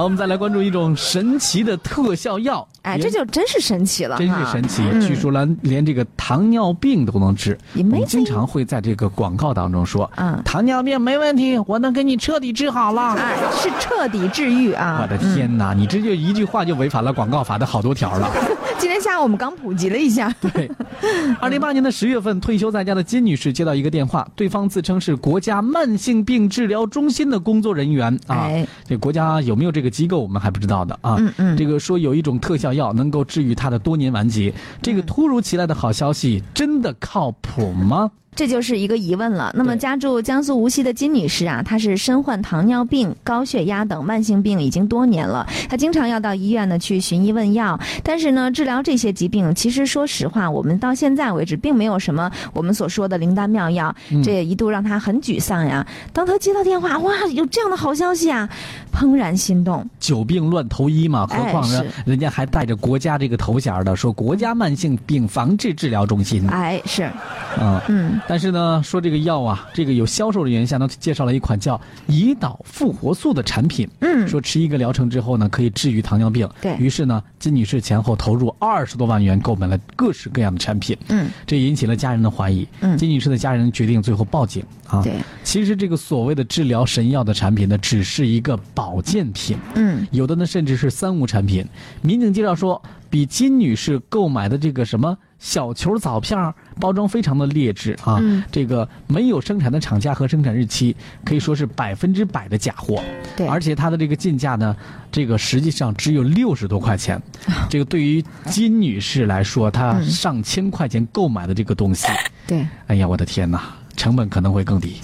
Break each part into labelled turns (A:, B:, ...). A: 好，我们再来关注一种神奇的特效药，
B: 哎，
A: 也
B: 这就真是神奇了哈，
A: 真是神奇。
B: 嗯
A: 据说连连这个糖尿病都能治，我
B: Amazing
A: 们经常会在这个广告当中说，
B: 嗯
A: 糖尿病没问题，我能给你彻底治好了。
B: 哎，是彻底治愈啊！
A: 我的天哪，你这就一句话就违反了广告法的好多条了。
B: 嗯！今天下午我们刚普及了一下，
A: 对，二零一八年的十月份，退休在家的金女士接到一个电话，对方自称是国家慢性病治疗中心的工作人员啊。
B: 哎
A: 这国家有没有这个机构，我们还不知道的啊。
B: 嗯嗯
A: 这个说有一种特效药能够治愈她的多年顽疾，这
B: 嗯
A: 个突如其来的好消息真的靠谱吗？
B: 这就是一个疑问了。那么，
A: 对
B: 家住江苏无锡的金女士啊，她是身患糖尿病、高血压等慢性病已经多年了，她经常要到医院呢去寻医问药。但是呢，治疗这些疾病，其实说实话，我们到现在为止并没有什么我们所说的灵丹妙药，
A: 嗯
B: 这也一度让她很沮丧呀。当她接到电话，哇，有这样的好消息啊，怦然心动。
A: 久病乱投医嘛，何
B: 哎
A: 况呢，
B: 是
A: 人家还带着国家这个头衔儿的，说国家慢性病防治治疗中心。
B: 哎，是，
A: 嗯，
B: 嗯，
A: 但是呢，说这个药啊，这个有销售人员向他介绍了一款叫胰岛复活素的产品。
B: 嗯
A: 说吃一个疗程之后呢，可以治愈糖尿病。
B: 对
A: 于是呢，金女士前后投入二十多万元购买了各式各样的产品。
B: 嗯，
A: 这引起了家人的怀疑。
B: 嗯
A: 金女士的家人决定最后报警啊。
B: 对，
A: 其实这个所谓的治疗神药的产品呢，只是一个保健品。
B: 嗯，
A: 有的呢甚至是三无产品。民警介绍说，比金女士购买的这个什么小球藻片儿包装非常的劣质啊，
B: 嗯
A: 这个没有生产的厂家和生产日期，可以说是百分之百的假货。
B: 对
A: 而且它的这个进价呢，这个实际上只有六十多块钱。
B: 啊
A: 这个对于金女士来说，
B: 嗯
A: 她上千块钱购买的这个东西，
B: 对。
A: 哎呀，我的天哪！成本可能会更低，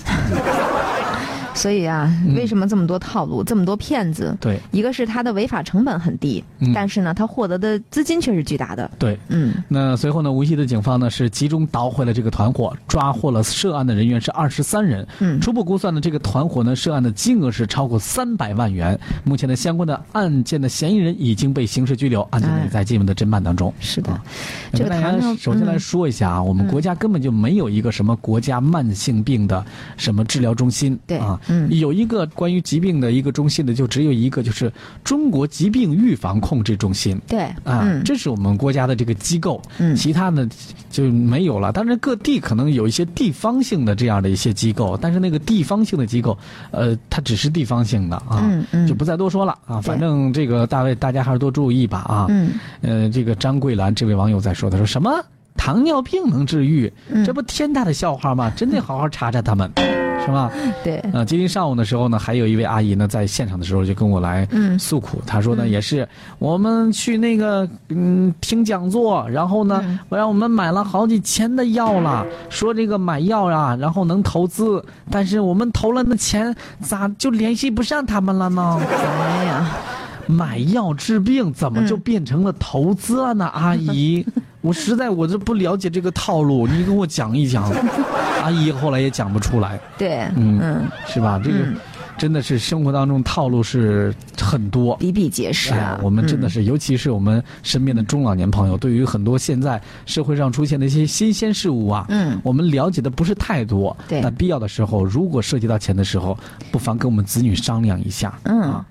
B: 所以啊，
A: 嗯
B: 为什么这么多套路，这么多骗子？
A: 对
B: 一个是他的违法成本很低，
A: 嗯
B: 但是呢，他获得的资金却是巨大的。
A: 对，
B: 嗯，
A: 那随后呢，无锡的警方呢是集中捣毁了这个团伙，抓获了涉案的人员是二十三人。
B: 嗯
A: 初步估算呢，这个团伙呢涉案的金额是超过三百万元。目前呢，相关的案件的嫌疑人已经被刑事拘留，案件呢也在进一步的侦办当中。
B: 哎是的
A: 啊，
B: 这个嗯
A: 跟大
B: 糖
A: 家
B: 尿
A: 首先来说一下啊，我们国家根本就没有一个什么国家慢性病的什么治疗中心，
B: 对
A: 啊，
B: 嗯
A: 有一个关于疾病的一个中心的就只有一个，就是中国疾病预防控制中心。
B: 对，
A: 啊，
B: 嗯，
A: 这是我们国家的这个机构，
B: 嗯
A: 其他的就没有了。当然，各地可能有一些地方性的这样的一些机构，但是那个地方性的机构，呃，它只是地方性的啊，
B: 嗯嗯
A: 就不再多说了啊。反正这个大卫，大家还是多注意吧啊。
B: 嗯，
A: 呃，这个张桂兰这位网友在说，他说什么糖尿病能治愈，
B: 嗯
A: 这不天大的笑话吗？真得好好查查他们，是吧？
B: 对，
A: 呃，今天上午的时候呢，还有一位阿姨呢，在现场的时候就跟我来
B: 嗯
A: 诉苦，她说呢，也是我们去那个嗯听讲座，然后呢，
B: 嗯
A: 我让我们买了好几千的药了，说这个买药啊，然后能投资，但是我们投了那钱，咋就联系不上他们了呢？
B: 哎呀，
A: 买药治病怎么
B: 嗯
A: 就变成了投资了呢？阿 姨，我实在我这不了解这个套路，你给我讲一讲。阿姨后来也讲不出来。
B: 对，
A: 嗯
B: 嗯，
A: 是吧？这个
B: 嗯
A: 真的是生活当中套路是很多。
B: 比比皆是啊
A: 哎。我们真的
B: 嗯
A: 是，尤其是我们身边的中老年朋友，对于很多现在社会上出现的一些新鲜事物啊，
B: 嗯
A: 我们了解的不是太多。
B: 对
A: 那必要的时候，如果涉及到钱的时候，不妨跟我们子女商量一下。
B: 嗯
A: 啊